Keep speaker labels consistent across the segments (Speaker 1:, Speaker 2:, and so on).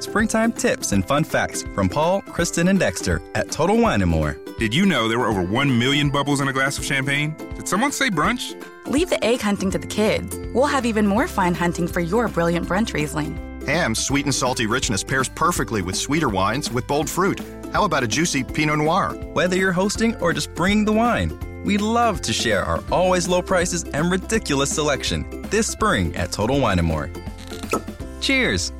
Speaker 1: springtime tips and fun facts from Paul, Kristen, and Dexter at Total Wine and More.
Speaker 2: Did you know there were over 1 million bubbles in a glass of champagne? Did someone say brunch?
Speaker 3: Leave the egg hunting to the kids. We'll have even more fine hunting for your brilliant brunch Riesling.
Speaker 4: Ham's sweet and salty richness pairs perfectly with sweeter wines with bold fruit. How about a juicy Pinot Noir?
Speaker 1: Whether you're hosting or just bringing the wine, we love to share our always low prices and ridiculous selection this spring at Total Wine & More. Cheers!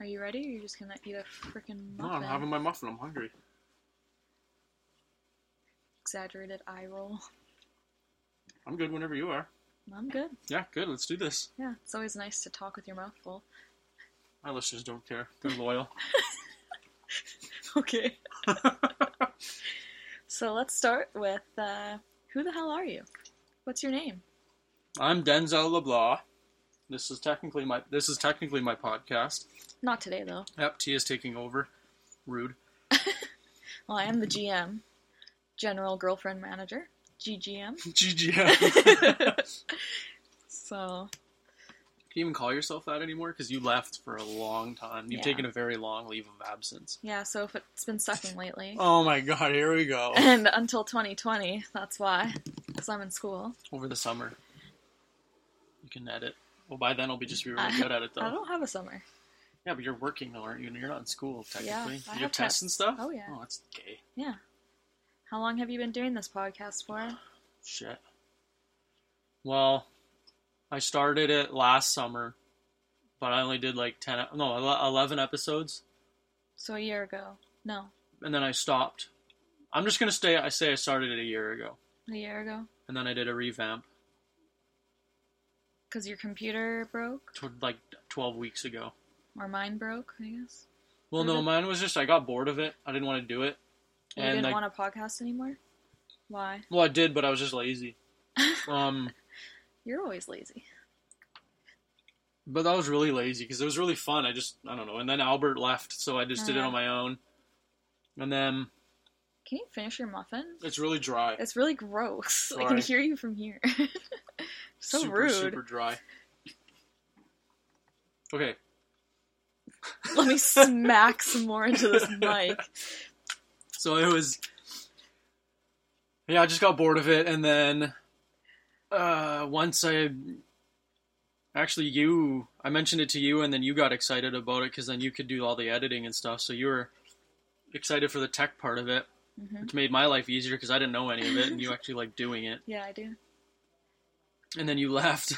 Speaker 5: Are you ready? Or are you just gonna eat a freaking muffin?
Speaker 6: No, I'm having my muffin. I'm hungry.
Speaker 5: Exaggerated eye roll.
Speaker 6: I'm good whenever you are.
Speaker 5: I'm good.
Speaker 6: Yeah, good. Let's do this.
Speaker 5: Yeah, it's always nice to talk with your mouth full.
Speaker 6: My listeners don't care. They're loyal.
Speaker 5: okay. so let's start with uh, who the hell are you? What's your name?
Speaker 6: I'm Denzel LeBlanc. This is technically my this is technically my podcast.
Speaker 5: Not today though.
Speaker 6: Yep, T is taking over. Rude.
Speaker 5: Well, I am the GM, General Girlfriend Manager, GGM.
Speaker 6: GGM. Can
Speaker 5: So
Speaker 6: you even call yourself that anymore? Because you left for a long time. You've
Speaker 5: Yeah.
Speaker 6: taken a very long leave of absence.
Speaker 5: yeah, so if it's been sucking lately,
Speaker 6: Oh my god, here we go.
Speaker 5: and until 2020, that's why, because I'm in school.
Speaker 6: Over the summer. You can edit. Well by then I'll be just be really good at it though.
Speaker 5: I don't have a summer.
Speaker 6: Yeah, but you're working though, aren't you? You're not in school technically.
Speaker 5: I
Speaker 6: you
Speaker 5: have
Speaker 6: have tests and
Speaker 5: tests.
Speaker 6: stuff?
Speaker 5: Oh, yeah.
Speaker 6: Oh that's gay.
Speaker 5: Yeah. How long have you been doing this podcast for?
Speaker 6: Shit. Well, I started it last summer, but I only did like 10, no, ele- 11 episodes,
Speaker 5: So a year ago. No,
Speaker 6: and then I stopped. I'm just going to stay, I say I started it a year ago,
Speaker 5: a year ago.
Speaker 6: and then I did a revamp
Speaker 5: Because your computer broke,
Speaker 6: t- like 12 weeks ago.
Speaker 5: or mine broke, I guess.
Speaker 6: Well, no,
Speaker 5: Really?
Speaker 6: mine was just, I got bored of it. I didn't want to do it.
Speaker 5: Mm-hmm. You
Speaker 6: And
Speaker 5: didn't
Speaker 6: I,
Speaker 5: want a podcast anymore? Why?
Speaker 6: well, I did, but I was just lazy. um,
Speaker 5: You're always lazy.
Speaker 6: But that was really lazy because it was really fun. I just I don't know. And then Albert left, so I just did it
Speaker 5: Yeah.
Speaker 6: on my own. And then
Speaker 5: Can you finish your muffin?
Speaker 6: it's really dry.
Speaker 5: It's really gross. I can
Speaker 6: Sorry.
Speaker 5: hear you from here. so
Speaker 6: super,
Speaker 5: rude.
Speaker 6: Super dry. Okay,
Speaker 5: Let me smack some more into this mic.
Speaker 6: so it was. Yeah, I just got bored of it, and then uh, once I actually you I mentioned it to you, and then you got excited about it because then you could do all the editing and stuff. So you were excited for the tech part of it,
Speaker 5: Mhm.
Speaker 6: which made my life easier because I didn't know any of it, and you actually like doing it.
Speaker 5: Yeah, I do.
Speaker 6: and then you left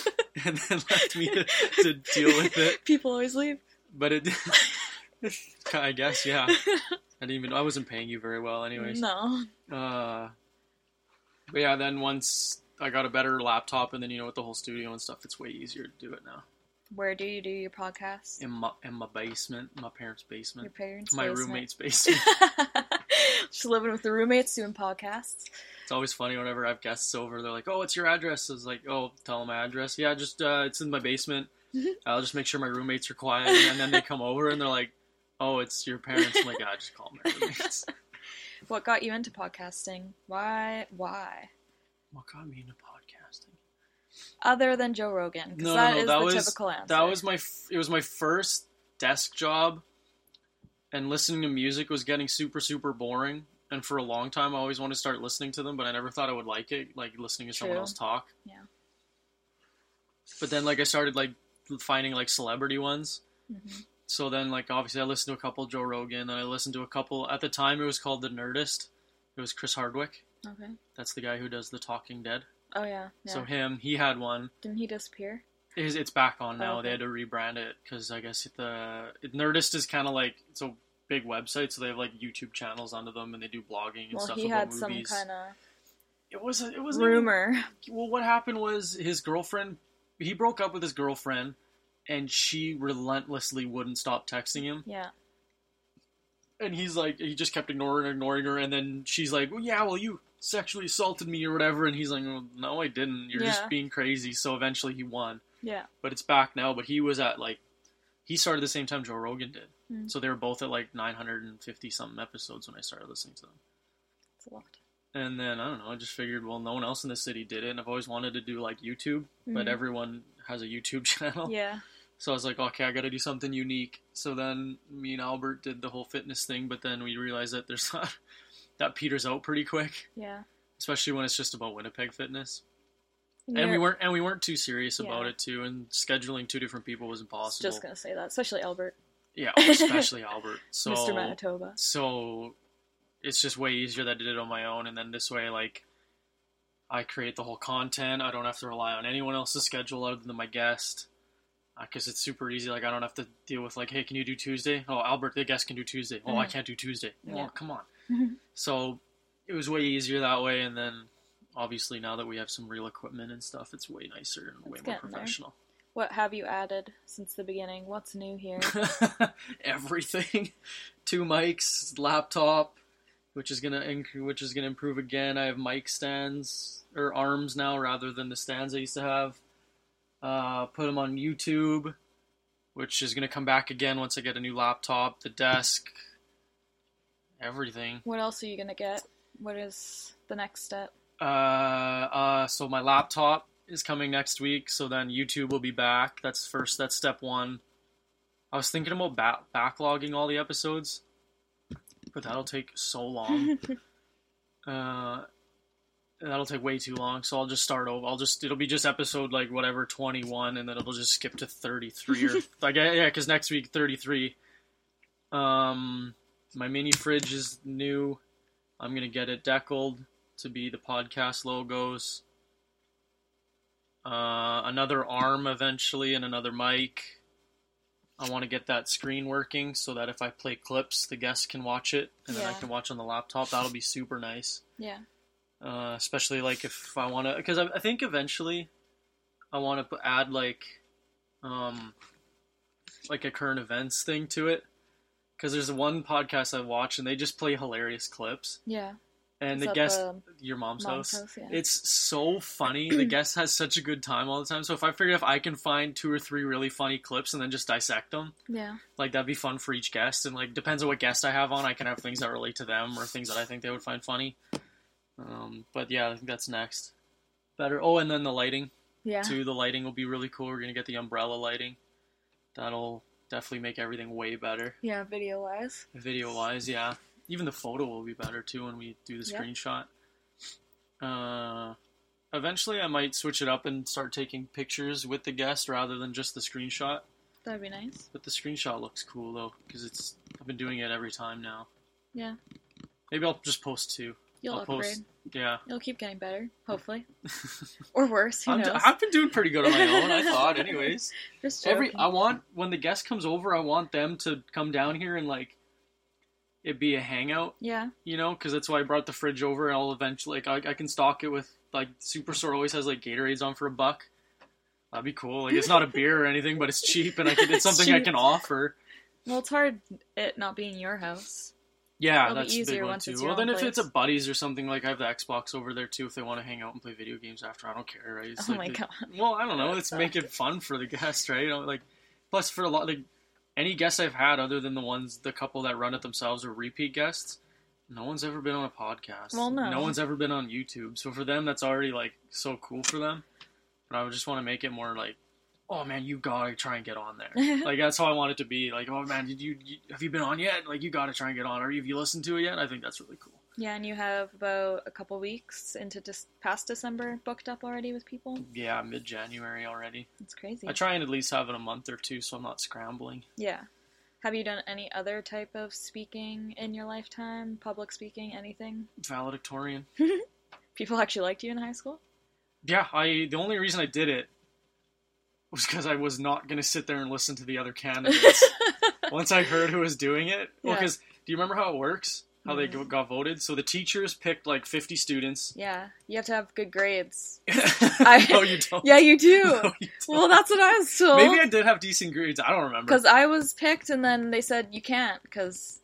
Speaker 6: and then left me to, to deal with it
Speaker 5: People always leave.
Speaker 6: but it i guess yeah i didn't even i wasn't paying you very well anyways
Speaker 5: No.
Speaker 6: uh but yeah then once i got a better laptop and then you know with the whole studio and stuff it's way easier to do it now
Speaker 5: Where do you do your podcast?
Speaker 6: in my in my basement my parents
Speaker 5: Your
Speaker 6: basement
Speaker 5: parents'
Speaker 6: my
Speaker 5: basement.
Speaker 6: roommate's basement
Speaker 5: Just living with the roommates doing podcasts.
Speaker 6: it's always funny whenever i have guests over they're like oh what's your address i was like oh tell them my address yeah just uh it's in my basement i'll just make sure my roommates are quiet and then they come over and they're like oh it's your parents i'm like i just call my roommates
Speaker 5: What got you into podcasting? Why? Why?
Speaker 6: what got me into podcasting
Speaker 5: Other than Joe Rogan, because
Speaker 6: no
Speaker 5: that
Speaker 6: no
Speaker 5: is
Speaker 6: no that
Speaker 5: the
Speaker 6: was
Speaker 5: typical answer.
Speaker 6: that was my f- it was my first desk job and listening to music was getting super super boring and for a long time i always wanted to start listening to them but i never thought i would like it like listening to someone
Speaker 5: True.
Speaker 6: else talk
Speaker 5: Yeah.
Speaker 6: but then like i started like finding like celebrity ones
Speaker 5: Mhm.
Speaker 6: so then like obviously i listened to a couple joe rogan and i listened to a couple at the time it was called the nerdist it was chris hardwick
Speaker 5: Okay.
Speaker 6: that's the guy who does the talking dead
Speaker 5: Oh yeah. yeah.
Speaker 6: so him he had one
Speaker 5: Didn't he disappear?
Speaker 6: it is, it's back on now.
Speaker 5: Oh, okay.
Speaker 6: They had to rebrand it because I guess the it, Nerdist is kind of like it's a big website, so they have like YouTube channels onto them, and they do blogging and
Speaker 5: Well,
Speaker 6: stuff
Speaker 5: he
Speaker 6: about
Speaker 5: had some
Speaker 6: movies.
Speaker 5: kind
Speaker 6: It was a, it was
Speaker 5: of rumor.
Speaker 6: well, what happened was his girlfriend. He broke up with his girlfriend, and she relentlessly wouldn't stop texting him.
Speaker 5: Yeah.
Speaker 6: And he's like, he just kept ignoring her, ignoring her, and then she's like, "Well, yeah, well, you sexually assaulted me or whatever," and he's like, well, "No, I didn't. You're
Speaker 5: Yeah.
Speaker 6: just being crazy." So eventually, he won.
Speaker 5: Yeah.
Speaker 6: but it's back now. But he was at like he started the same time Joe Rogan did,
Speaker 5: Hmm.
Speaker 6: so they were both at like 950 something episodes when I started listening to them.
Speaker 5: It's a lot.
Speaker 6: And then I don't know, I just figured, well, no one else in the city did it, and I've always wanted to do like YouTube, but
Speaker 5: Mhm.
Speaker 6: everyone has a YouTube channel,
Speaker 5: Yeah.
Speaker 6: So I was like, okay, I got to do something unique. So then me and Albert did the whole fitness thing, but then we realized that there's not, that peters out pretty quick,
Speaker 5: Yeah.
Speaker 6: especially when it's just about Winnipeg fitness. And
Speaker 5: You're-
Speaker 6: we weren't and we weren't too serious
Speaker 5: Yeah.
Speaker 6: about it too, and scheduling two different people was
Speaker 5: I was
Speaker 6: impossible.
Speaker 5: just gonna say that, especially Albert,
Speaker 6: Yeah, oh, especially Albert. So
Speaker 5: Mr. Manitoba.
Speaker 6: so it's just way easier that I did it on my own, and then this way, like, I create the whole content. I don't have to rely on anyone else's schedule other than my guest, because it's super easy. Like, I don't have to deal with like, hey, can you do Tuesday? Oh, Albert, the guest can do Tuesday. Oh, I can't do Tuesday.
Speaker 5: Mm-hmm. Yeah.
Speaker 6: Oh, come on.
Speaker 5: Mhm.
Speaker 6: So it was way easier that way, and then obviously now that we have some real equipment and stuff, it's way nicer and way
Speaker 5: It's
Speaker 6: more
Speaker 5: getting there.
Speaker 6: professional.
Speaker 5: What have you added since the beginning? What's new here?
Speaker 6: everything two mics laptop which is gonna inc- which is gonna improve again i have mic stands or arms now rather than the stands i used to have uh, put them on youtube which is gonna come back again once i get a new laptop the desk everything
Speaker 5: what else are you gonna get? What is the next step?
Speaker 6: uh, uh, so my laptop is coming next week. So then YouTube will be back. That's first. That's step one. I was thinking about ba- backlogging all the episodes, but that'll take so long. uh, that'll take way too long. So I'll just start over. I'll just it'll be just episode like whatever twenty one, and then it'll just skip to thirty three or like yeah, yeah, because next week thirty three. Um, my mini fridge is new. I'm gonna get it deckled to be the podcast logos. Uh, another arm eventually, and another mic. I want to get that screen working so that if I play clips, the guests can watch it, and then I
Speaker 5: Yeah.
Speaker 6: can watch on the laptop. That'll be super nice,
Speaker 5: Yeah.
Speaker 6: uh, especially like if I want to, because I, I think eventually I want to add like, um, like a current events thing to it. Because there's one podcast I watch, and they just play hilarious clips
Speaker 5: Yeah.
Speaker 6: and
Speaker 5: Is
Speaker 6: the
Speaker 5: that
Speaker 6: guest
Speaker 5: the
Speaker 6: your mom's,
Speaker 5: mom's
Speaker 6: house,
Speaker 5: house? Yeah.
Speaker 6: it's so funny the guest has such a good time all the time so if i figure if i can find two or three really funny clips and then just dissect them
Speaker 5: Yeah.
Speaker 6: like that'd be fun for each guest and like depends on what guest i have on i can have things that relate to them or things that i think they would find funny um, but yeah i think that's next better oh and then the lighting
Speaker 5: Yeah.
Speaker 6: too the lighting will be really cool we're gonna get the umbrella lighting that'll definitely make everything way better
Speaker 5: Yeah, video wise.
Speaker 6: video wise, yeah. Even the photo will be better too when we do the
Speaker 5: Yeah.
Speaker 6: screenshot. Uh, eventually, I might switch it up and start taking pictures with the guest rather than just the screenshot.
Speaker 5: That'd be nice.
Speaker 6: But the screenshot looks cool though because it's I've been doing it every time now.
Speaker 5: Yeah.
Speaker 6: Maybe I'll just post two.
Speaker 5: You'll
Speaker 6: I'll
Speaker 5: upgrade.
Speaker 6: post. Yeah,
Speaker 5: You'll keep getting better, hopefully. or worse, who
Speaker 6: I'm,
Speaker 5: knows?
Speaker 6: I've been doing pretty good on my own. I thought, anyways.
Speaker 5: Just
Speaker 6: Every
Speaker 5: joking.
Speaker 6: I want when the guest comes over, I want them to come down here and like it be a hangout.
Speaker 5: yeah.
Speaker 6: you know, because that's why I brought the fridge over. And I'll eventually, like, I, I can stock it with like Superstore always has like Gatorades on for a buck. That'd be cool. Like, it's not a beer or anything, but it's cheap, and I can, it's
Speaker 5: It's
Speaker 6: something I
Speaker 5: cheap.
Speaker 6: can offer.
Speaker 5: Well, it's hard it not being your house.
Speaker 6: Yeah,
Speaker 5: It'll be
Speaker 6: that's the big
Speaker 5: easier
Speaker 6: one
Speaker 5: once
Speaker 6: too.
Speaker 5: it's your
Speaker 6: Well, then
Speaker 5: own
Speaker 6: if it's a
Speaker 5: place.
Speaker 6: buddies or something, like I have the Xbox over there too. If they want to hang out and play video games after, I don't care. Right? It's
Speaker 5: oh
Speaker 6: like
Speaker 5: my
Speaker 6: the-
Speaker 5: god.
Speaker 6: Well, I don't know. Let's make it fun for the guest, right? You know, like, plus for a lot, like, any guests I've had other than the ones, the couple that run it themselves are repeat guests. No one's ever been on a podcast.
Speaker 5: Well, no.
Speaker 6: No one's ever been on YouTube. So for them, that's already like so cool for them. But I would just want to make it more like, oh man, you gotta try and get on there. like that's how I want it to be. Like, oh man, did you, you have you been on yet? Like, you gotta try and get on. Or have you listened to it yet? I think that's really cool.
Speaker 5: Yeah, and you have about a couple weeks into just past December booked up already with people.
Speaker 6: Yeah, mid January already.
Speaker 5: It's crazy.
Speaker 6: I try and at least have it a month or two, so I'm not scrambling.
Speaker 5: Yeah. Have you done any other type of speaking in your lifetime? Public speaking, anything?
Speaker 6: Valedictorian.
Speaker 5: People actually liked you in high school?
Speaker 6: Yeah, I the only reason I did it was because I was not gonna sit there and listen to the other candidates. Once I heard who was doing it,
Speaker 5: Yeah.
Speaker 6: well,
Speaker 5: Mm.
Speaker 6: because do you remember how it works? How they go- got voted? So the teachers picked like 50 students.
Speaker 5: Yeah. You have to have good grades.
Speaker 6: I, no, you don't.
Speaker 5: Yeah, you do.
Speaker 6: No, you don't.
Speaker 5: Well, that's what I was told.
Speaker 6: Maybe I did have decent grades. I don't remember.
Speaker 5: Because I was picked, and then they said you can't. Because,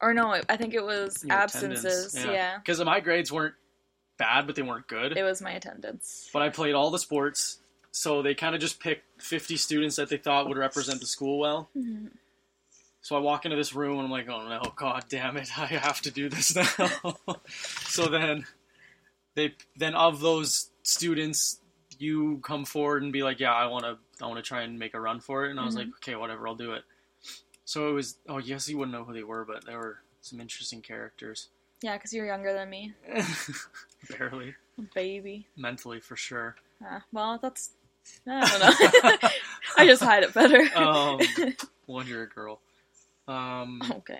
Speaker 5: or no, I- I think it was
Speaker 6: Your attendance,
Speaker 5: absences. Yeah.
Speaker 6: Because my grades weren't bad, but they weren't good.
Speaker 5: it was my attendance.
Speaker 6: but I played all the sports. So they kind of just picked 50 students that they thought would represent the school well. So I walk into this room and I'm like, oh no, god damn it, I have to do this now. so then they then of those students, you come forward and be like, yeah, I want to I want to try and make a run for it. And I was like, okay, whatever, I'll do it. So it was. Oh, yes, you wouldn't know who they were, but there were some interesting characters.
Speaker 5: Yeah, because you're younger than me.
Speaker 6: Barely,
Speaker 5: Baby.
Speaker 6: mentally for sure.
Speaker 5: Uh, well, that's. I don't know. I just hide it better.
Speaker 6: Um, well, you're a girl. Um,
Speaker 5: okay.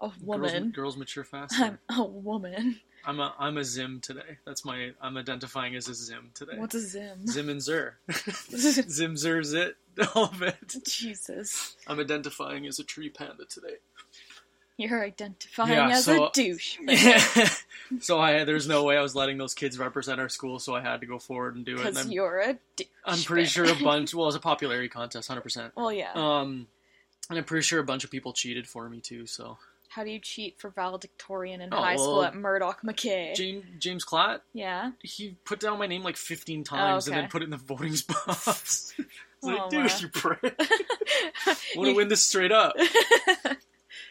Speaker 5: A Oh,
Speaker 6: girls,
Speaker 5: woman.
Speaker 6: girls mature faster.
Speaker 5: I'm a woman.
Speaker 6: I'm a I'm a Zim today. That's my I'm identifying as a Zim today.
Speaker 5: What's a Zim?
Speaker 6: Zim and Zer. Zim Zer Zit. All of it.
Speaker 5: Jesus.
Speaker 6: I'm identifying as a tree panda today.
Speaker 5: You're identifying
Speaker 6: Yeah,
Speaker 5: as
Speaker 6: so-
Speaker 5: a douche.
Speaker 6: so I there's no way I was letting those kids represent our school, so I had to go forward and do it. And
Speaker 5: Because
Speaker 6: I'm,
Speaker 5: you're a douche.
Speaker 6: I'm pretty sure a bunch. Well, it was a popularity contest, hundred percent.
Speaker 5: Well, yeah.
Speaker 6: Um, and I'm pretty sure a bunch of people cheated for me too. So
Speaker 5: How do you cheat for valedictorian in
Speaker 6: Oh,
Speaker 5: high school
Speaker 6: well,
Speaker 5: at Murdoch McKay?
Speaker 6: James James Clatt,
Speaker 5: yeah.
Speaker 6: he put down my name like 15 times and
Speaker 5: Oh, okay.
Speaker 6: then put it in the voting box. It's
Speaker 5: Oh,
Speaker 6: like, dude,
Speaker 5: wow.
Speaker 6: you prick. Want to win this straight up?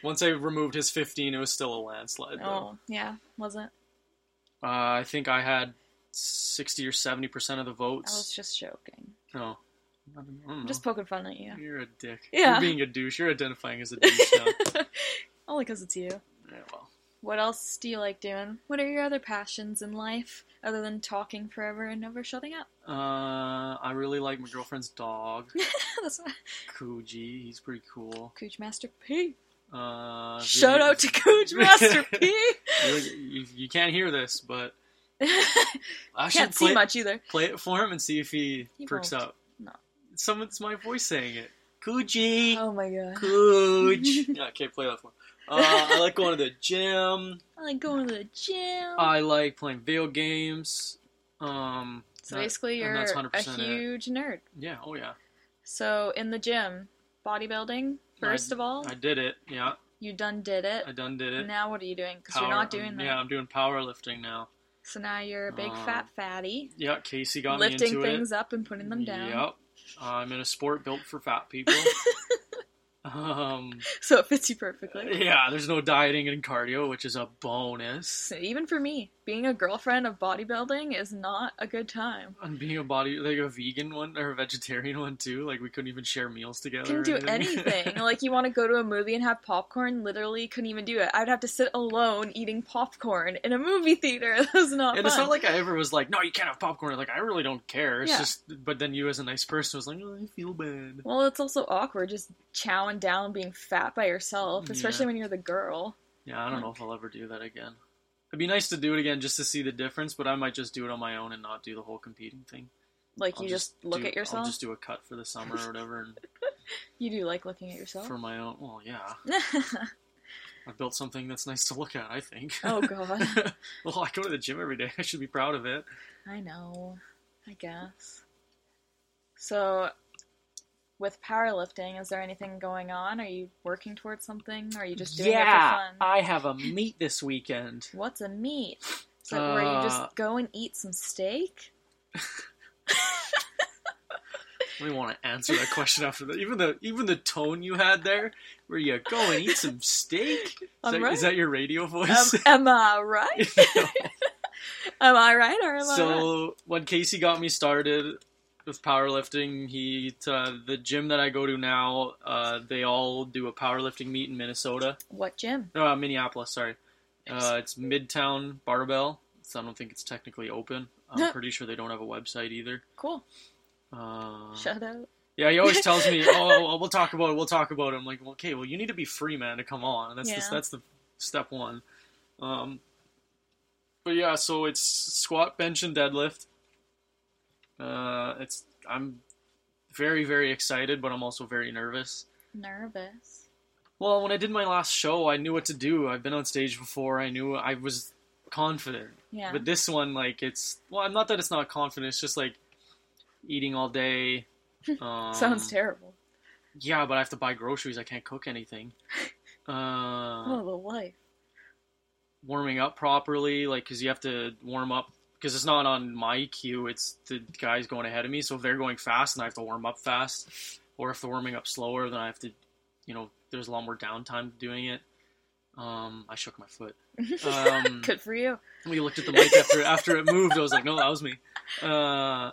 Speaker 6: Once I removed his 15, it was still a landslide. Though.
Speaker 5: Oh, yeah. Wasn't. Oh.
Speaker 6: Uh, I think I had 60 or 70 percent of the
Speaker 5: I was
Speaker 6: votes.
Speaker 5: just joking.
Speaker 6: No, I don't know.
Speaker 5: I'm just poking fun at you.
Speaker 6: You're a dick.
Speaker 5: Yeah.
Speaker 6: You're being a douche. You're identifying as a douche now.
Speaker 5: Only because it's you.
Speaker 6: yeah, well,
Speaker 5: What else do you like doing? What are your other passions in life other than talking forever and never shutting up?
Speaker 6: uh, I really like my girlfriend's dog,
Speaker 5: That's my
Speaker 6: Coogee. He's pretty cool.
Speaker 5: Cooch Master P.
Speaker 6: Uh,
Speaker 5: Shout
Speaker 6: really-
Speaker 5: out to Cooch Master P.
Speaker 6: You're- you, you can't hear this, but I should
Speaker 5: Can't
Speaker 6: play,
Speaker 5: see much either.
Speaker 6: play it for him and see if he,
Speaker 5: He
Speaker 6: perks
Speaker 5: won't.
Speaker 6: up.
Speaker 5: No.
Speaker 6: Someone's my voice saying it. Coochie,
Speaker 5: Oh my god.
Speaker 6: cooch. yeah, I can't play that for him. Uh, I like going to the gym.
Speaker 5: I like going to the gym.
Speaker 6: I like playing video games. Um,
Speaker 5: so
Speaker 6: that-
Speaker 5: basically,
Speaker 6: and
Speaker 5: you're
Speaker 6: that's
Speaker 5: a
Speaker 6: 100% it.
Speaker 5: huge nerd.
Speaker 6: Yeah. Oh yeah.
Speaker 5: So in the gym, bodybuilding first
Speaker 6: I-
Speaker 5: of all,
Speaker 6: I did it. Yeah,
Speaker 5: you done did it.
Speaker 6: I done did it.
Speaker 5: Now what are you doing? Because
Speaker 6: Power-
Speaker 5: you're not doing that.
Speaker 6: Yeah, I'm doing powerlifting now.
Speaker 5: So now you're a big
Speaker 6: Um,
Speaker 5: fat fatty,
Speaker 6: Yeah, Casey got me
Speaker 5: lifting
Speaker 6: into it.
Speaker 5: things up and putting them down.
Speaker 6: Yep. I'm in a sport built for fat people. um,
Speaker 5: So it fits you perfectly.
Speaker 6: yeah, there's no dieting and cardio, which is a bonus.
Speaker 5: So even for me, being a girlfriend of bodybuilding is not a good time.
Speaker 6: And being a body, like a vegan one or a vegetarian one too, like we couldn't even share meals together.
Speaker 5: Couldn't do
Speaker 6: or
Speaker 5: anything. like you want to go to a movie and have popcorn, literally couldn't even do it. I'd have to sit alone eating popcorn in a movie theater. That was not
Speaker 6: And
Speaker 5: fun.
Speaker 6: it's not like I ever was like, no, you can't have popcorn. Like, I really don't care. It's
Speaker 5: Yeah.
Speaker 6: just, but then you as a nice person was like, oh, I feel bad.
Speaker 5: well, it's also awkward just chowing down being fat by yourself, especially
Speaker 6: Yeah.
Speaker 5: when you're the girl.
Speaker 6: Yeah, I don't know if I'll ever do that again. It'd be nice to do it again just to see the difference, but I might just do it on my own and not do the whole competing thing.
Speaker 5: Like
Speaker 6: I'll
Speaker 5: you just, look
Speaker 6: do-
Speaker 5: at yourself.
Speaker 6: I'll just do a cut for the summer or whatever, and
Speaker 5: You do like looking at yourself.
Speaker 6: for my own. Well, yeah, I built something that's nice to look at. I think.
Speaker 5: oh god.
Speaker 6: well, I go to the gym every day. I should be proud of it.
Speaker 5: I know. I guess. So with powerlifting, is there anything going on? Are you working towards something? Or are you just doing it for fun?
Speaker 6: I have a meet this weekend.
Speaker 5: What's a meat? Is that where you
Speaker 6: Uh,
Speaker 5: just go and eat some steak?
Speaker 6: We want to answer that question after that. Even the even the tone you had there, where you go and eat some steak. Is,
Speaker 5: I'm
Speaker 6: that,
Speaker 5: right.
Speaker 6: is that your radio
Speaker 5: Am,
Speaker 6: voice?
Speaker 5: am I right? am I right or am I right?
Speaker 6: so when Casey got me started with powerlifting, he uh, the gym that I go to now, uh, they all do a powerlifting meet in Minnesota,
Speaker 5: What gym?
Speaker 6: no, uh, Minneapolis. Sorry, uh, it's Midtown Barbell. So I don't think it's technically open. I'm pretty sure they don't have a website either.
Speaker 5: Cool.
Speaker 6: Uh,
Speaker 5: Shut up.
Speaker 6: yeah, he always tells me, "Oh, oh, we'll talk about it. We'll talk about it." I'm like, well, "Okay, well, you need to be free, man, to come on." That's
Speaker 5: Yeah.
Speaker 6: the, that's the step one. Um, but yeah, so it's squat, bench, and deadlift. Uh, it's I'm very very excited, but I'm also very nervous.
Speaker 5: Nervous.
Speaker 6: Well, when I did my last show, I knew what to do. I've been on stage before. I knew I was confident.
Speaker 5: Yeah.
Speaker 6: But this one, like, it's well, not that it's not confident. It's just like eating all day. Um,
Speaker 5: Sounds terrible.
Speaker 6: yeah, but I have to buy groceries. I can't cook anything. Uh,
Speaker 5: Oh, the life.
Speaker 6: warming up properly, like, because you have to warm up. Because it's not on my cue, it's the guys going ahead of me. So if they're going fast, and I have to warm up fast, or if they're warming up slower, then I have to, you know, there's a lot more downtime doing it. Um, I shook my foot. Um,
Speaker 5: Good for you.
Speaker 6: we looked at the mic after after it moved. I was like, no, that was me. Uh,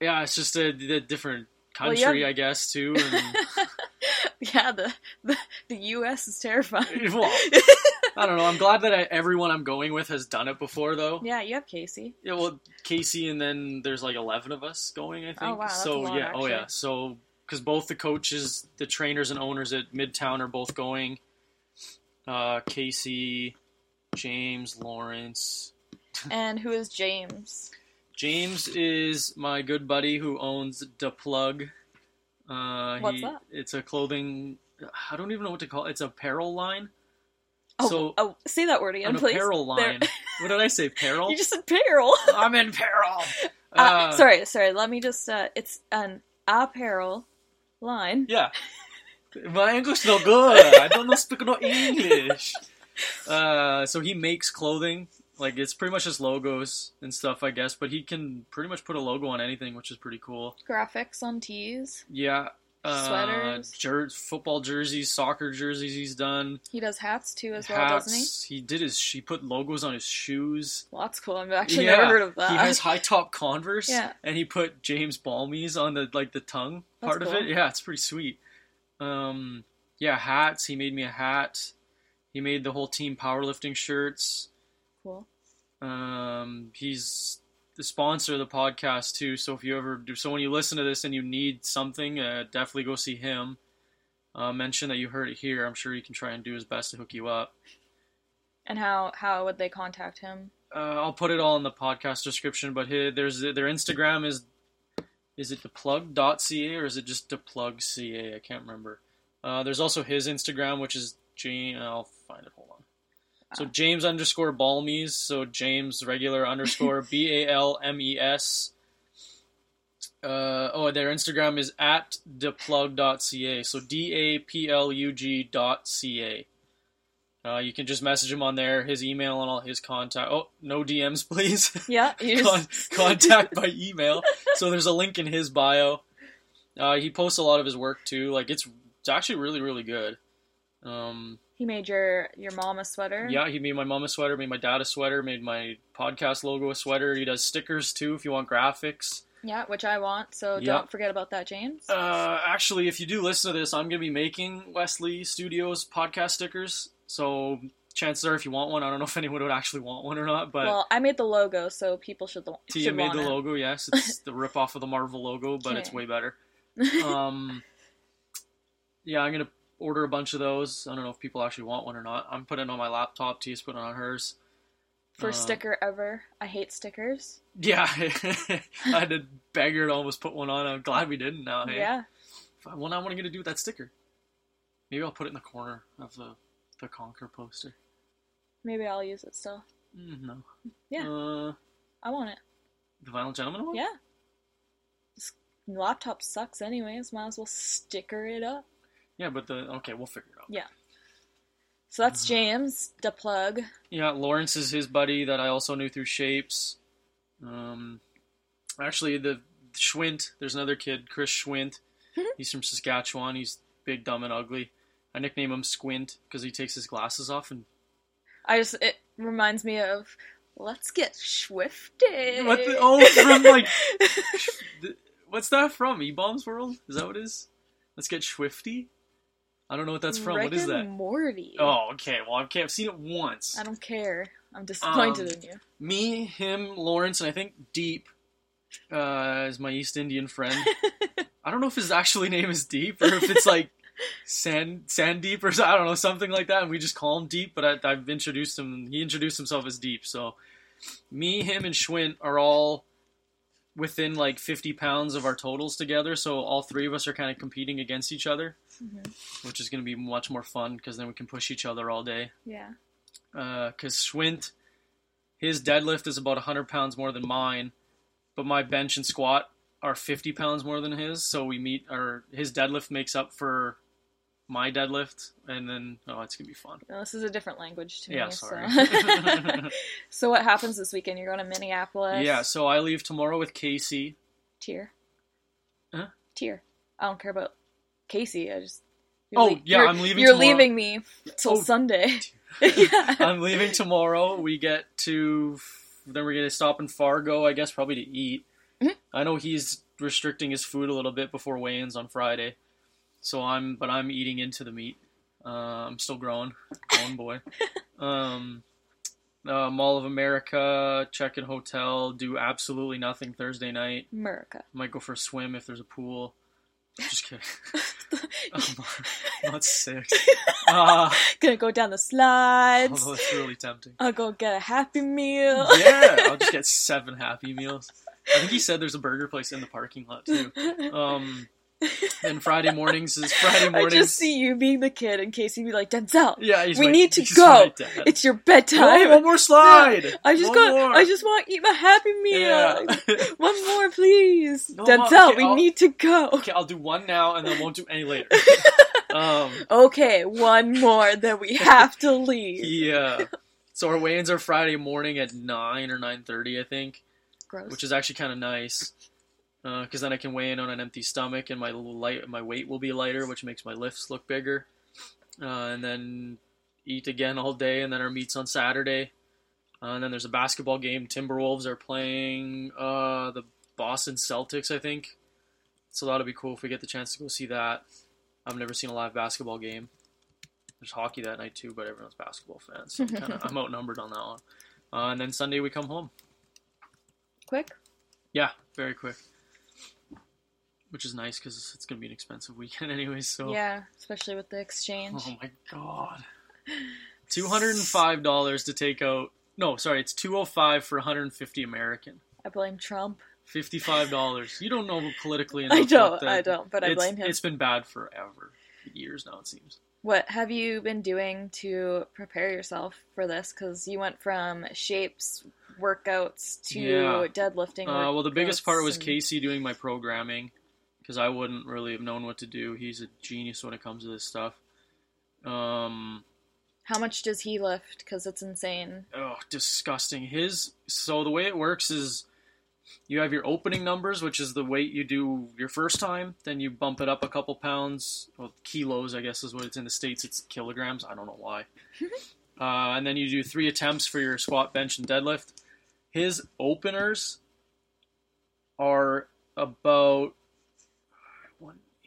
Speaker 6: yeah, it's just a, a different
Speaker 5: Well, you
Speaker 6: country, I guess, too. And,
Speaker 5: yeah, the, the the U.S. is terrifying.
Speaker 6: well, I don't know. I'm glad that I, everyone I'm going with has done it before, though.
Speaker 5: yeah, you have Casey.
Speaker 6: Yeah, well, Casey and then there's like eleven of us going. I think.
Speaker 5: Oh, wow, that's
Speaker 6: so
Speaker 5: a lot,
Speaker 6: yeah, oh yeah.
Speaker 5: actually.
Speaker 6: So because both the coaches, the trainers, and owners at Midtown are both going. Uh, Casey, James, Lawrence.
Speaker 5: And who is James?
Speaker 6: James is my good buddy who owns Da Plug. Uh,
Speaker 5: What's
Speaker 6: he-
Speaker 5: that?
Speaker 6: It's a clothing. I don't even know what to call it. It's apparel line.
Speaker 5: Oh,
Speaker 6: so
Speaker 5: oh, say that word again,
Speaker 6: an
Speaker 5: please.
Speaker 6: apparel
Speaker 5: There-
Speaker 6: line. what did I say? Peril.
Speaker 5: you just said peril.
Speaker 6: I'm in peril.
Speaker 5: Uh, sorry, sorry. Let me just. Uh, it's an apparel line.
Speaker 6: Yeah. My English no good. I don't know speak no English. Uh, so he makes clothing. Like it's pretty much just logos and stuff, I guess. But he can pretty much put a logo on anything, which is pretty cool.
Speaker 5: Graphics on tees.
Speaker 6: Yeah. Uh,
Speaker 5: Sweaters.
Speaker 6: jer- football jerseys, soccer jerseys. He's done
Speaker 5: He does hats too, as well, doesn't he?
Speaker 6: hats. He? did his. He put logos on his shoes.
Speaker 5: Well, that's cool. I've actually never heard of that.
Speaker 6: He has high top Converse.
Speaker 5: Yeah.
Speaker 6: And he put James Balmies on the like the tongue
Speaker 5: That's
Speaker 6: part
Speaker 5: cool.
Speaker 6: of it. Yeah, it's pretty sweet. Um, yeah, hats. He made me a hat. He made the whole team powerlifting shirts.
Speaker 5: cool.
Speaker 6: Um, he's the sponsor of the podcast too. So if you ever do, so when you listen to this and you need something, uh, definitely go see him. Uh, mention that you heard it here. I'm sure he can try and do his best to hook you up.
Speaker 5: And how how would they contact him?
Speaker 6: uh, I'll put it all in the podcast description. But hi- there's their Instagram is is it deplug.ca or is it just deplug.ca? I can't remember. Uh, there's also his Instagram, which is James. I'll find it. Hold on. So James underscore Balmies. So James regular underscore B A L M E S. Uh, oh, their Instagram is at deplug.ca. So D A P L U G dot C A. Uh, you can just message him on there, his email and all his contact. Oh, no DMs, please.
Speaker 5: Yeah, you just,
Speaker 6: Con- contact by email. So there's a link in his bio. Uh, he posts a lot of his work too. Like it's it's actually really really good. Um,
Speaker 5: he made your your mom a sweater.
Speaker 6: yeah, he made my mom a sweater, made my dad a sweater, made my podcast logo a sweater. He does stickers too if you want graphics.
Speaker 5: Yeah, which I want. So
Speaker 6: Yeah.
Speaker 5: don't forget about that, James.
Speaker 6: Uh, actually, if you do listen to this, I'm going to be making Wesley Studios podcast stickers. So chances are, if you want one, I don't know if anyone would actually want one or not, but
Speaker 5: well, I made the logo, so people should. lo-
Speaker 6: Tia
Speaker 5: should
Speaker 6: made
Speaker 5: want
Speaker 6: the
Speaker 5: it.
Speaker 6: logo. Yes, it's the rip off of the Marvel logo, but it's
Speaker 5: Okay.
Speaker 6: way better. Um, yeah, I'm gonna order a bunch of those. I don't know if people actually want one or not. I'm putting it on my laptop. Tia's putting it on hers.
Speaker 5: First
Speaker 6: Uh,
Speaker 5: sticker ever. I hate stickers.
Speaker 6: Yeah, I had to beg her to almost put one on. I'm glad we didn't. Now, hey?
Speaker 5: Yeah.
Speaker 6: Well, now what am I gonna do with that sticker? Maybe I'll put it in the corner of the the conquer poster.
Speaker 5: Maybe I'll use it still.
Speaker 6: Mm, no.
Speaker 5: Yeah.
Speaker 6: Uh,
Speaker 5: I want it.
Speaker 6: the violent gentleman one.
Speaker 5: Yeah. This laptop sucks anyways. Might as well sticker it up.
Speaker 6: Yeah, but the okay, we'll figure it out.
Speaker 5: Yeah. So that's
Speaker 6: Mm-hmm.
Speaker 5: James, the plug.
Speaker 6: Yeah, Lawrence is his buddy that I also knew through Shapes. Um, actually, the Schwint, there's another kid, Chris Schwint. He's from Saskatchewan. He's big, dumb, and ugly. I nickname him Squint because he takes his glasses off and
Speaker 5: I just it reminds me of let's get swifted.
Speaker 6: what the oh from like th- what's that from E Bombs World? Is that what it is? Let's get Swifty. I don't know what that's from.
Speaker 5: Rick
Speaker 6: what is
Speaker 5: and
Speaker 6: that?
Speaker 5: Morty.
Speaker 6: Oh, okay. Well, okay. I've seen it once.
Speaker 5: I don't care. I'm disappointed
Speaker 6: Um,
Speaker 5: in you.
Speaker 6: me, him, Lawrence, and I think Deep uh, is my East Indian friend. I don't know if his actually name is Deep or if it's like Sand Sandeep or so- I don't know something like that. And we just call him Deep, but I, I've introduced him. He introduced himself as Deep. So me, him, and Schwint are all within like 50 pounds of our totals together. So all three of us are kind of competing against each other, which is going to be much more fun because then we can push each other all day
Speaker 5: Yeah.
Speaker 6: because Schwint, Uh, his deadlift is about 100 pounds more than mine, but my bench and squat are 50 pounds more than his. So we meet, or his deadlift makes up for my deadlift, and then oh, it's gonna be fun.
Speaker 5: No, this is a different language to
Speaker 6: Yeah,
Speaker 5: me.
Speaker 6: sorry.
Speaker 5: So. so what happens this weekend? You're going to Minneapolis.
Speaker 6: Yeah, so I leave tomorrow with Casey.
Speaker 5: Tier.
Speaker 6: Huh?
Speaker 5: Tier. I don't care about Casey. I just.
Speaker 6: Oh,
Speaker 5: lea-
Speaker 6: yeah, I'm leaving
Speaker 5: You're
Speaker 6: tomorrow.
Speaker 5: leaving me till
Speaker 6: Oh.
Speaker 5: Sunday. yeah.
Speaker 6: I'm leaving tomorrow. We get to then we're gonna stop in Fargo, I guess, probably to eat. I know he's restricting his food a little bit before weigh-ins on Friday. So I'm, but I'm eating into the meat. Uh, I'm still growing, growing boy. Um, uh, Mall of America, check in hotel, do absolutely nothing Thursday night.
Speaker 5: America.
Speaker 6: Might go for a swim if there's a pool. Just kidding. I'm not, I'm not sick. Uh,
Speaker 5: Gonna go down the slides.
Speaker 6: although it's really tempting.
Speaker 5: I'll go get a happy meal.
Speaker 6: yeah, I'll just get seven Happy Meals. I think he said there's a burger place in the parking lot too. Um, and Friday mornings is Friday
Speaker 5: I
Speaker 6: mornings.
Speaker 5: just see you being the kid in case he'd be like, Denzel,
Speaker 6: Yeah, he's
Speaker 5: we
Speaker 6: my-
Speaker 5: need to
Speaker 6: he's
Speaker 5: go.
Speaker 6: my dad.
Speaker 5: It's your
Speaker 6: Oh,
Speaker 5: bedtime.
Speaker 6: one more slide.
Speaker 5: I just
Speaker 6: one
Speaker 5: got.
Speaker 6: more.
Speaker 5: I just want to eat my happy meal.
Speaker 6: Yeah.
Speaker 5: One more, please,
Speaker 6: No, Mom,
Speaker 5: Denzel.
Speaker 6: okay,
Speaker 5: we
Speaker 6: I'll-
Speaker 5: need to go.
Speaker 6: okay, I'll do one now, and then won't do any later. um,
Speaker 5: Okay, one more. Then we have to leave.
Speaker 6: yeah. So our weigh-ins are Friday morning at nine or nine thirty, I think.
Speaker 5: Gross.
Speaker 6: which is actually kind of nice because then I can weigh in on an empty stomach and my light my weight will be lighter, which makes my lifts look bigger. Uh, and then eat again all day, and then our meets on Saturday. Uh, and then there's a basketball game. Timberwolves are playing uh, the Boston Celtics, I think. So that'll be cool if we get the chance to go see that. I've never seen a live basketball game. There's hockey that night too, but everyone's basketball fans, so I'm, kinda, I'm outnumbered on that one. Uh, and then Sunday we come home.
Speaker 5: quick.
Speaker 6: Yeah, very quick. Which is nice because it's going to be an expensive weekend anyway. So,
Speaker 5: Yeah, especially with the exchange.
Speaker 6: oh my god, two hundred and five dollars to take out. No, sorry, it's two hundred five for one hundred and fifty American.
Speaker 5: I blame Trump.
Speaker 6: Fifty five dollars. You don't know politically.
Speaker 5: I
Speaker 6: Enough
Speaker 5: don't,
Speaker 6: what the-
Speaker 5: I don't, but I
Speaker 6: it's-
Speaker 5: blame him.
Speaker 6: It's been bad forever, years now it seems.
Speaker 5: What have you been doing to prepare yourself for this? Because you went from shapes workouts to
Speaker 6: Yeah.
Speaker 5: deadlifting.
Speaker 6: Uh, well, the biggest part
Speaker 5: workouts
Speaker 6: was
Speaker 5: and-
Speaker 6: Casey doing my programming because I wouldn't really have known what to do. He's a genius when it comes to this stuff. Um,
Speaker 5: How much does he lift? Because it's insane.
Speaker 6: oh disgusting his so the way it works is you have your opening numbers which is the weight you do your first time then you bump it up a couple pounds well kilos i guess is what it's in the states it's kilograms i don't know why uh, and then you do three attempts for your squat bench and deadlift his openers are about 180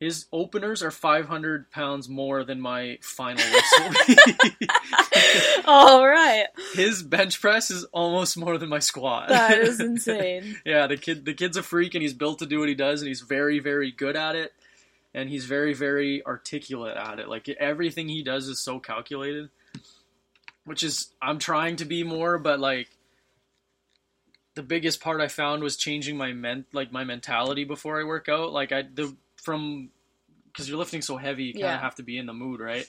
Speaker 6: his openers are 500 pounds more than my final lifts will be.
Speaker 5: All right,
Speaker 6: his bench press is almost more than my squat.
Speaker 5: that is insane.
Speaker 6: yeah, the kid the kid's a freak and he's built to do what he does and he's very very good at it and he's very very articulate at it. Like everything he does is so calculated, which is I'm trying to be more but like the biggest part I found was changing my men like my mentality before I work out. Like I the from cuz you're lifting so heavy, you kind of
Speaker 5: Yeah.
Speaker 6: have to be in the mood, right?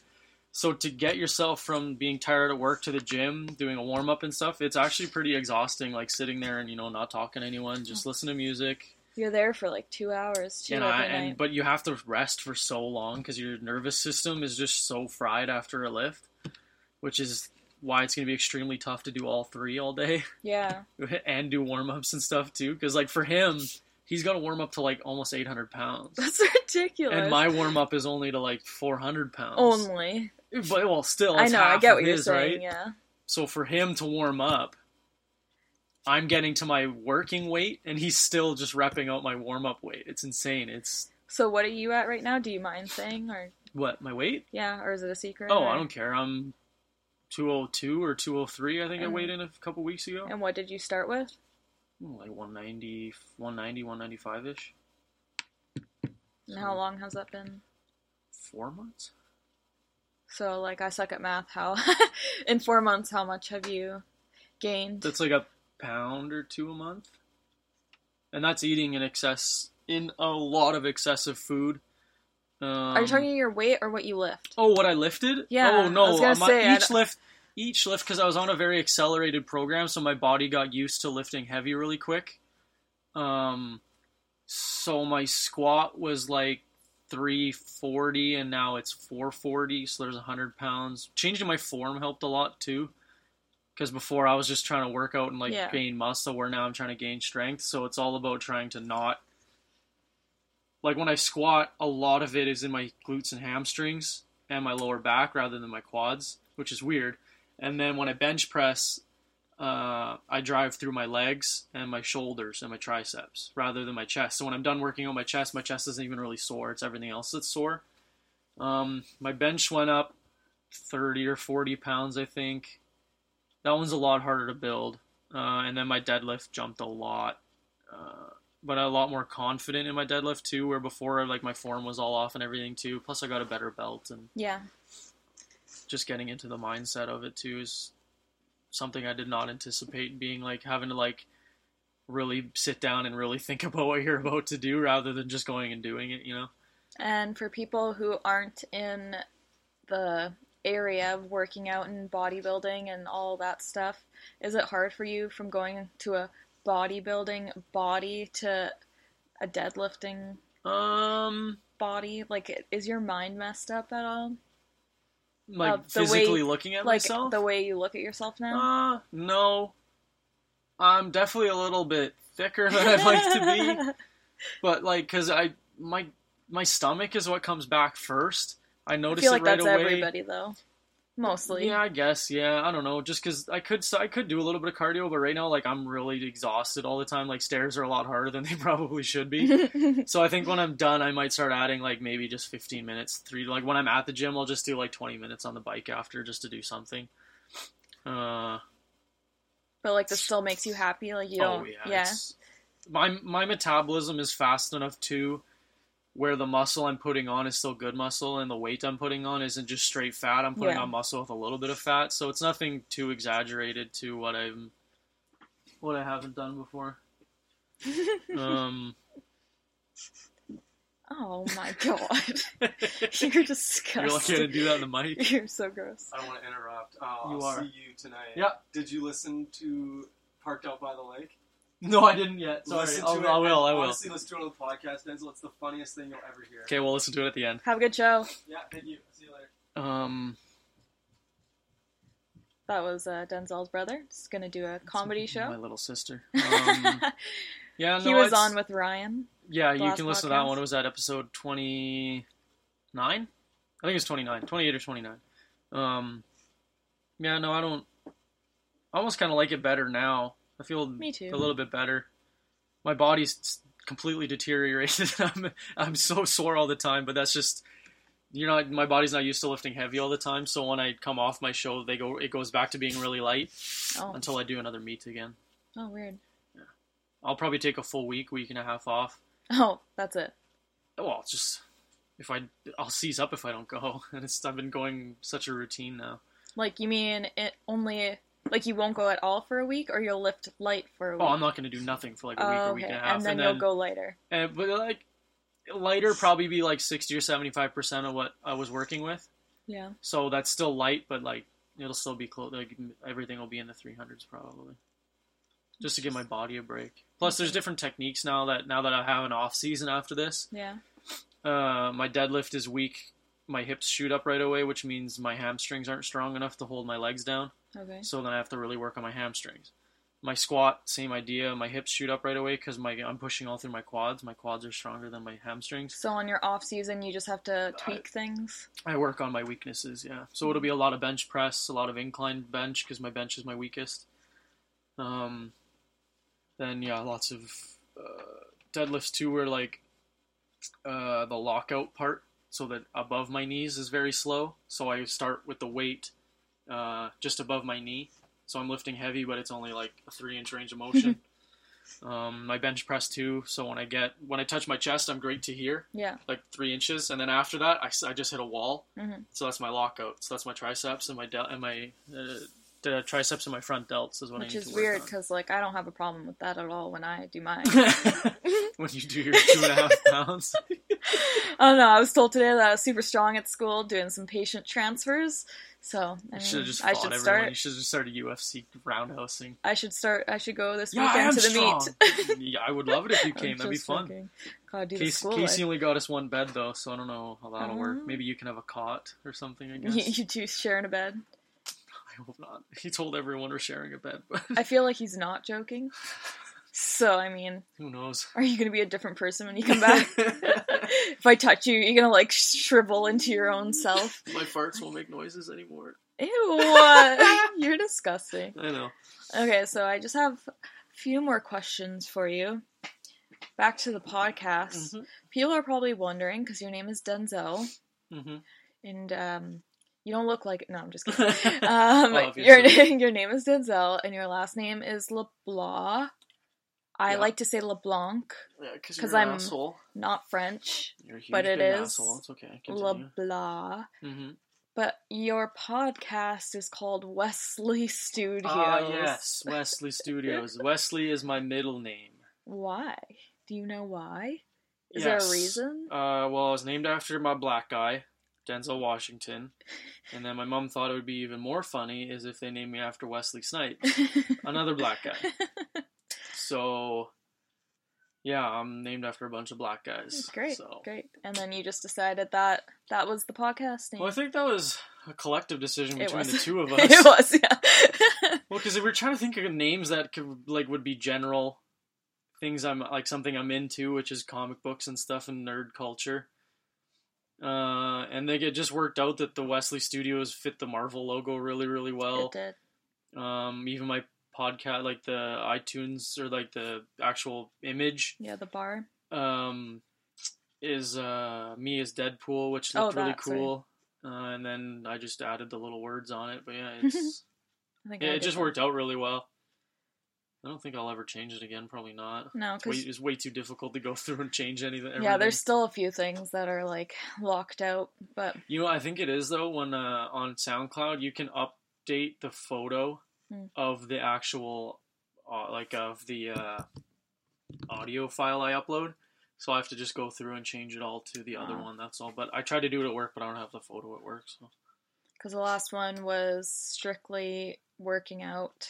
Speaker 6: So to get yourself from being tired at work to the gym, doing a warm up and stuff, it's actually pretty exhausting. Like sitting there and you know not talking to anyone, just listen to music,
Speaker 5: You're there for like two hours too
Speaker 6: and I,
Speaker 5: every
Speaker 6: and
Speaker 5: night.
Speaker 6: but you have to rest for so long because your nervous system is just so fried after a lift, which is why it's going to be extremely tough to do all three all day
Speaker 5: yeah,
Speaker 6: and do warm ups and stuff too. Because like for him, he's got to warm up to like almost 800 pounds,
Speaker 5: that's ridiculous.
Speaker 6: and my warm up is only to like 400 pounds.
Speaker 5: only.
Speaker 6: but well, still,
Speaker 5: I
Speaker 6: it's
Speaker 5: know. I
Speaker 6: half
Speaker 5: get
Speaker 6: of
Speaker 5: what you're
Speaker 6: his,
Speaker 5: saying.
Speaker 6: right?
Speaker 5: Yeah.
Speaker 6: So for him to warm up, I'm getting to my working weight, and he's still just repping out my warm up weight. It's insane. It's
Speaker 5: So what are you at right now? Do you mind saying or
Speaker 6: what my weight?
Speaker 5: yeah, or is it a secret?
Speaker 6: Oh,
Speaker 5: or-
Speaker 6: I don't care. I'm 202 or 203. I think I
Speaker 5: Uh-huh.
Speaker 6: weighed in a couple weeks ago.
Speaker 5: And what did you start with?
Speaker 6: Hmm, Like 190, 190, 195 ish.
Speaker 5: And how long has that been?
Speaker 6: Four months.
Speaker 5: So like I suck at math. How in four months? How much have you gained?
Speaker 6: That's like a pound or two a month, and that's eating in excess in a lot of excessive food. Um,
Speaker 5: Are you talking your weight or what you lift?
Speaker 6: Oh, what I lifted?
Speaker 5: Yeah,
Speaker 6: Oh no,
Speaker 5: I was gonna
Speaker 6: my-
Speaker 5: say, I
Speaker 6: each
Speaker 5: d-
Speaker 6: lift, each lift, because I was on a very accelerated program, so my body got used to lifting heavy really quick. Um, so my squat was like 340, and now it's 440. So there's 100 pounds. Changing my form helped a lot too, because before I was just trying to work out and like
Speaker 5: Yeah.
Speaker 6: gain muscle, where now I'm trying to gain strength. So it's all about trying to not like when I squat, a lot of it is in my glutes and hamstrings and my lower back rather than my quads, which is weird. And then when I bench press, uh, I drive through my legs and my shoulders and my triceps rather than my chest. So when I'm done working on my chest, my chest isn't even really sore. It's everything else that's sore. Um, my bench went up 30 or 40 pounds, I think. That one's a lot harder to build. Uh, and then my deadlift jumped a lot. Uh, but I'm a lot more confident in my deadlift too, where before like my form was all off and everything too. Plus I got a better belt and
Speaker 5: Yeah.
Speaker 6: just getting into the mindset of it too is something I did not anticipate being like having to like really sit down and really think about what you're about to do rather than just going and doing it, you know?
Speaker 5: And for people who aren't in the area of working out and bodybuilding and all that stuff, is it hard for you from going to a bodybuilding body to a deadlifting
Speaker 6: Um
Speaker 5: body? Like, is your mind messed up at all?
Speaker 6: like
Speaker 5: Uh, the way-
Speaker 6: physically looking at
Speaker 5: like
Speaker 6: myself.
Speaker 5: the way you look at yourself now?
Speaker 6: uh no. I'm definitely a little bit thicker than I'd like to be. but like because i my my stomach is what comes back first i
Speaker 5: I
Speaker 6: notice
Speaker 5: feel like
Speaker 6: it right
Speaker 5: that's
Speaker 6: away
Speaker 5: everybody though, mostly.
Speaker 6: yeah i guess yeah i don't know just because i could s- i could do a little bit of cardio but right now like i'm really exhausted all the time like stairs are a lot harder than they probably should be so i think when i'm done i might start adding like maybe just 15 minutes three like when i'm at the gym i'll just do like 20 minutes on the bike after just to do something uh
Speaker 5: But like, this still makes you happy. Like you don't.
Speaker 6: Oh yeah.
Speaker 5: yeah.
Speaker 6: it's- My my metabolism is fast enough to where the muscle I'm putting on is still good muscle and the weight I'm putting on isn't just straight fat. I'm putting
Speaker 5: Yeah.
Speaker 6: on muscle with a little bit of fat, so it's nothing too exaggerated to what I'm what I haven't done before. um
Speaker 5: Oh my god, you're disgusting.
Speaker 6: You're lucky I didn't do that in the mic.
Speaker 5: You're so gross.
Speaker 7: I want to interrupt. Oh,
Speaker 6: You
Speaker 7: I'll
Speaker 6: are.
Speaker 7: see you tonight.
Speaker 6: Yeah.
Speaker 7: Did you listen to Parked Out by the Lake?
Speaker 6: No, I didn't yet. Sorry.
Speaker 7: Listen to
Speaker 6: I'll,
Speaker 7: it
Speaker 6: I will. I
Speaker 7: and
Speaker 6: will.
Speaker 7: Honestly, listen to it on the podcast, Denzel. It's the funniest thing you'll ever hear.
Speaker 6: Okay, we'll listen to it at the end.
Speaker 5: Have a good show.
Speaker 7: Yeah, thank you. See you later.
Speaker 6: Um
Speaker 5: That was uh, Denzel's brother. Just gonna do a comedy
Speaker 6: My
Speaker 5: show.
Speaker 6: little sister. Um, yeah, no,
Speaker 5: he was
Speaker 6: it's-
Speaker 5: on with Ryan.
Speaker 6: Yeah,
Speaker 5: the
Speaker 6: you
Speaker 5: last
Speaker 6: can listen to that
Speaker 5: podcast?
Speaker 6: one. It was at episode 29? I think it was 29. 28 or 29. Um, yeah, no, I don't. I almost kind of like it better now. I feel
Speaker 5: Me too.
Speaker 6: a little bit better. My body's s- completely deteriorated. I'm, I'm so sore all the time, but that's just. You're not. My body's not used to lifting heavy all the time, so when I come off my show, they go. It goes back to being really light
Speaker 5: Oh,
Speaker 6: until I do another meet again.
Speaker 5: oh weird.
Speaker 6: I'll probably take a full week, week and a half off,
Speaker 5: Oh, that's it.
Speaker 6: well, it's just if I I'll seize up if I don't go, and it's I've been going such a routine now.
Speaker 5: Like you mean it only like you won't go at all for a week, or you'll lift light for a week.
Speaker 6: Oh, I'm not going to do nothing for like a
Speaker 5: Oh,
Speaker 6: week
Speaker 5: okay.
Speaker 6: or week and a half,
Speaker 5: then you'll go later.
Speaker 6: and- but like lighter probably be like sixty or seventy five percent of what I was working with,
Speaker 5: Yeah.
Speaker 6: so that's still light, but like it'll still be close. Like everything will be in the three hundreds probably, just to give my body a break. Plus, there's different techniques now that now that I have an off season after this.
Speaker 5: Yeah.
Speaker 6: Uh, my deadlift is weak. My hips shoot up right away, which means my hamstrings aren't strong enough to hold my legs down.
Speaker 5: Okay.
Speaker 6: So then I have to really work on my hamstrings. My squat, same idea. My hips shoot up right away because my I'm pushing all through my quads. My quads are stronger than my hamstrings.
Speaker 5: So on your off season, you just have to tweak things.
Speaker 6: I work on my weaknesses. Yeah, so it'll be a lot of bench press, a lot of incline bench because my bench is my weakest. Um, then yeah, lots of uh, deadlifts too, where like uh, the lockout part, so that above my knees is very slow. So I start with the weight uh, just above my knee. So I'm lifting heavy, but it's only like a three inch range of motion. um, my bench press too. So when I get when I touch my chest, I'm great to here
Speaker 5: Yeah.
Speaker 6: like three inches, and then after that, I, s- I just hit a wall.
Speaker 5: Mhm.
Speaker 6: So that's my lockout. So that's my triceps and my del- and my uh, the triceps and my front delts is what I
Speaker 5: Which
Speaker 6: need
Speaker 5: is
Speaker 6: to
Speaker 5: weird
Speaker 6: work on.
Speaker 5: because like I don't have a problem with that at all when I do mine.
Speaker 6: when you do your two and a half pounds,
Speaker 5: I don't know. I was told today that I was super strong at school doing some patient transfers. So I,
Speaker 6: you
Speaker 5: mean,
Speaker 6: should have just
Speaker 5: I
Speaker 6: fought
Speaker 5: should
Speaker 6: everyone.
Speaker 5: start.
Speaker 6: You should have just started UFC roundhousing.
Speaker 5: I should start. I should go this
Speaker 6: Yeah,
Speaker 5: weekend
Speaker 6: I am
Speaker 5: to the
Speaker 6: strong.
Speaker 5: meet.
Speaker 6: yeah, I would love it if you
Speaker 5: I'm
Speaker 6: came. That'd be
Speaker 5: just
Speaker 6: fun.
Speaker 5: joking. God, do the
Speaker 6: Casey,
Speaker 5: school
Speaker 6: Casey
Speaker 5: life.
Speaker 6: only got us one bed though, so I don't know how that'll
Speaker 5: Oh.
Speaker 6: work. Maybe you can have a cot or something. I guess.
Speaker 5: You, you two sharing a bed.
Speaker 6: I hope not. He told everyone we're sharing a bed, but
Speaker 5: I feel like he's not joking. So I mean,
Speaker 6: who knows?
Speaker 5: are you gonna be a different person when you come back? if I touch you, you're gonna like shrivel into your own self.
Speaker 6: My farts won't make noises anymore.
Speaker 5: Ew, uh, you're disgusting.
Speaker 6: I know.
Speaker 5: Okay, so I just have a few more questions for you. Back to the podcast.
Speaker 6: Mm-hmm.
Speaker 5: People are probably wondering because your name is Denzel
Speaker 6: hmm
Speaker 5: and um, you don't look like. No, I'm just kidding. um,
Speaker 6: Obviously.
Speaker 5: your, your name is Denzel and your last name is LeBlanc. I
Speaker 6: Yeah.
Speaker 5: like to say LeBlanc,
Speaker 6: Yeah, because
Speaker 5: 'Cause
Speaker 6: you're an
Speaker 5: I'm-
Speaker 6: asshole.
Speaker 5: not French.
Speaker 6: You're a huge
Speaker 5: but it
Speaker 6: big
Speaker 5: is
Speaker 6: asshole. It's okay. Continue.
Speaker 5: LeBlanc.
Speaker 6: hmm
Speaker 5: But your podcast is called Wesley Studios.
Speaker 6: Ah, yes, Wesley Studios. Wesley is my middle name.
Speaker 5: Why? Do you know why? Is there a
Speaker 6: Yes.
Speaker 5: reason?
Speaker 6: Uh, well, I was named after my black guy, Denzel Washington, and then my mom thought it would be even more funny is if they named me after Wesley Snipes, another black guy. So, yeah, I'm named after a bunch of black guys.
Speaker 5: great,
Speaker 6: so.
Speaker 5: great. And then you just decided that that was the podcast name.
Speaker 6: Well, I think that was a collective decision
Speaker 5: It
Speaker 6: between
Speaker 5: was.
Speaker 6: the two of
Speaker 5: it
Speaker 6: us. Well, 'cause
Speaker 5: was, yeah.
Speaker 6: Well, because we were trying to think of names that could like would be general things I'm like something I'm into, which is comic books and stuff and nerd culture. Uh, and they it just worked out that the Wesley Studios fit the Marvel logo really, really well.
Speaker 5: it did.
Speaker 6: Um, even my podcast, like the iTunes or like the actual image,
Speaker 5: Yeah, the bar.
Speaker 6: um, is uh, me as Deadpool, which
Speaker 5: Oh,
Speaker 6: looked really
Speaker 5: that, sorry.
Speaker 6: cool. Uh, and then I just added the little words on it, but yeah, it's
Speaker 5: I think
Speaker 6: yeah,
Speaker 5: I
Speaker 6: it
Speaker 5: did
Speaker 6: just
Speaker 5: that.
Speaker 6: worked out really well. I don't think I'll ever change it again. Probably not.
Speaker 5: No,
Speaker 6: It's way,
Speaker 5: because
Speaker 6: it's way too difficult to go through and change anything.
Speaker 5: yeah,
Speaker 6: everything.
Speaker 5: there's still a few things that are like locked out, but
Speaker 6: You know, I think it is though. When uh, on SoundCloud, you can update the photo
Speaker 5: Hmm.
Speaker 6: of the actual, uh, like of the uh, audio file I upload. So I have to just go through and change it all to the other
Speaker 5: Ah.
Speaker 6: one. That's all. But I try to do it at work, but I don't have the photo at work. So
Speaker 5: because the last one was strictly working out,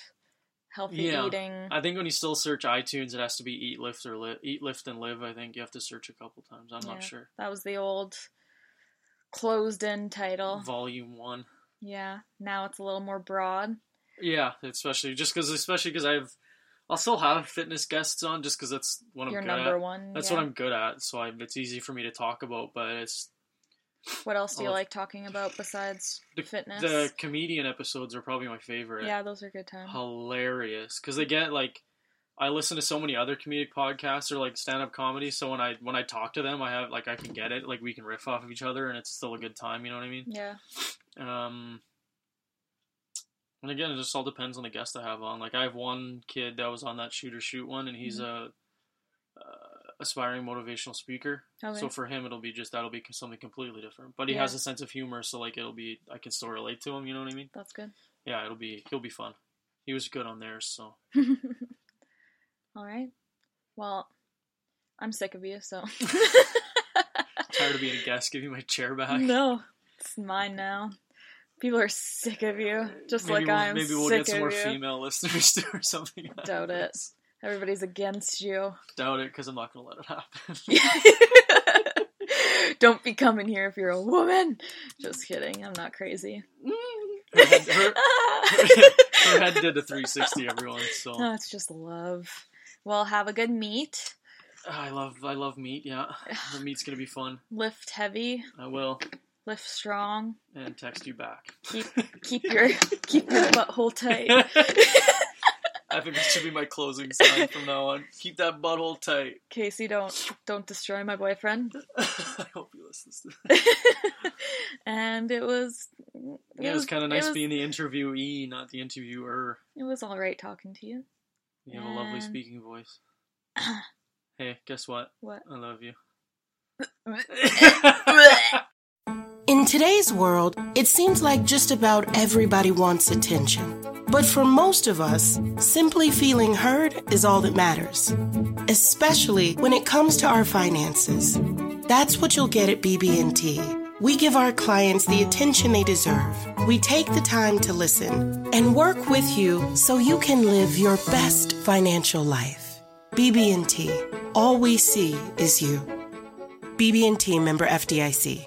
Speaker 5: healthy
Speaker 6: Yeah.
Speaker 5: eating.
Speaker 6: I think when you still search iTunes, it has to be eat, lift, or li- eat, lift, and live. I think you have to search a couple times. I'm
Speaker 5: Yeah.
Speaker 6: not sure.
Speaker 5: That was the old closed-in title.
Speaker 6: Volume one.
Speaker 5: Yeah, now it's a little more broad.
Speaker 6: Yeah, especially just because, especially because I've, I'll still have fitness guests on just because that's what I'm
Speaker 5: Your
Speaker 6: good
Speaker 5: number
Speaker 6: at.
Speaker 5: one.
Speaker 6: That's
Speaker 5: yeah.
Speaker 6: what I'm good at, so I, it's easy for me to talk about. But it's
Speaker 5: What else do you
Speaker 6: Oh.
Speaker 5: like talking about besides
Speaker 6: the,
Speaker 5: fitness?
Speaker 6: the comedian episodes are probably my favorite.
Speaker 5: yeah, those are good times.
Speaker 6: hilarious because they get like I listen to so many other comedic podcasts or like stand up comedy. So when I when I talk to them, I have like I can get it. Like we can riff off of each other, and it's still a good time. You know what I mean?
Speaker 5: Yeah,
Speaker 6: Um, and again, it just all depends on the guest I have on. Like I have one kid that was on that shooter shoot one, and
Speaker 5: Mm-hmm.
Speaker 6: he's a uh, aspiring motivational speaker.
Speaker 5: Okay.
Speaker 6: So for him, it'll be just that'll be something completely different. But he
Speaker 5: Yeah.
Speaker 6: has a sense of humor, so like it'll be I can still relate to him. You know what I mean?
Speaker 5: that's good.
Speaker 6: Yeah, it'll be he'll be fun. He was good on theirs, so
Speaker 5: All right. Well, I'm sick of you, so.
Speaker 6: tired of being a guest. Give me my chair back.
Speaker 5: no, it's mine now. People are sick of you, just
Speaker 6: maybe
Speaker 5: like
Speaker 6: we'll,
Speaker 5: I'm
Speaker 6: maybe we'll
Speaker 5: sick
Speaker 6: get some
Speaker 5: of
Speaker 6: more
Speaker 5: you.
Speaker 6: female listeners too, or something.
Speaker 5: Doubt it. Everybody's against you.
Speaker 6: Doubt it because I'm not gonna let it happen.
Speaker 5: Don't be coming here if you're a woman. Just kidding. I'm not crazy.
Speaker 6: her, head, her- her head did a 360 everyone so
Speaker 5: No, it's just love. Well, have a good meet.
Speaker 6: i love i love meat yeah the meat's gonna be fun
Speaker 5: Lift heavy,
Speaker 6: i will
Speaker 5: lift strong.
Speaker 6: and text you back
Speaker 5: Keep keep your keep your butthole tight.
Speaker 6: i think that should be my closing sign from now on keep that butthole tight
Speaker 5: Casey, don't don't destroy my boyfriend.
Speaker 6: i hope you listen to this
Speaker 5: And it was
Speaker 6: yeah, it was kind of nice
Speaker 5: it was,
Speaker 6: being the interviewee not the interviewer
Speaker 5: It was all right talking to you.
Speaker 6: you have a lovely
Speaker 5: And-
Speaker 6: speaking voice hey guess what
Speaker 5: What?
Speaker 6: i love you
Speaker 8: In today's world, it seems like just about everybody wants attention. But for most of us, simply feeling heard is all that matters, especially when it comes to our finances. That's what you'll get at BB&T. We give our clients the attention they deserve. We take the time to listen and work with you so you can live your best financial life. BB&T. All we see is you. BB&T member FDIC.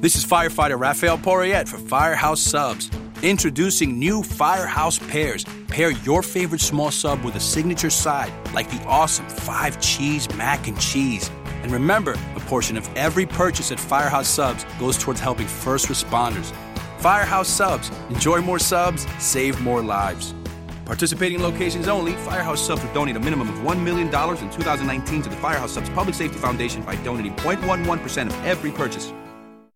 Speaker 9: This is firefighter Raphael Porriette for Firehouse Subs. Introducing new Firehouse Pairs. Pair your favorite small sub with a signature side, like the awesome five cheese mac and cheese. And remember, a portion of every purchase at Firehouse Subs goes towards helping first responders. Firehouse Subs. Enjoy more subs, save more lives. Participating locations only, Firehouse Subs will donate a minimum of $1 million in 2019 to the Firehouse Subs Public Safety Foundation by donating 0.11% of every purchase.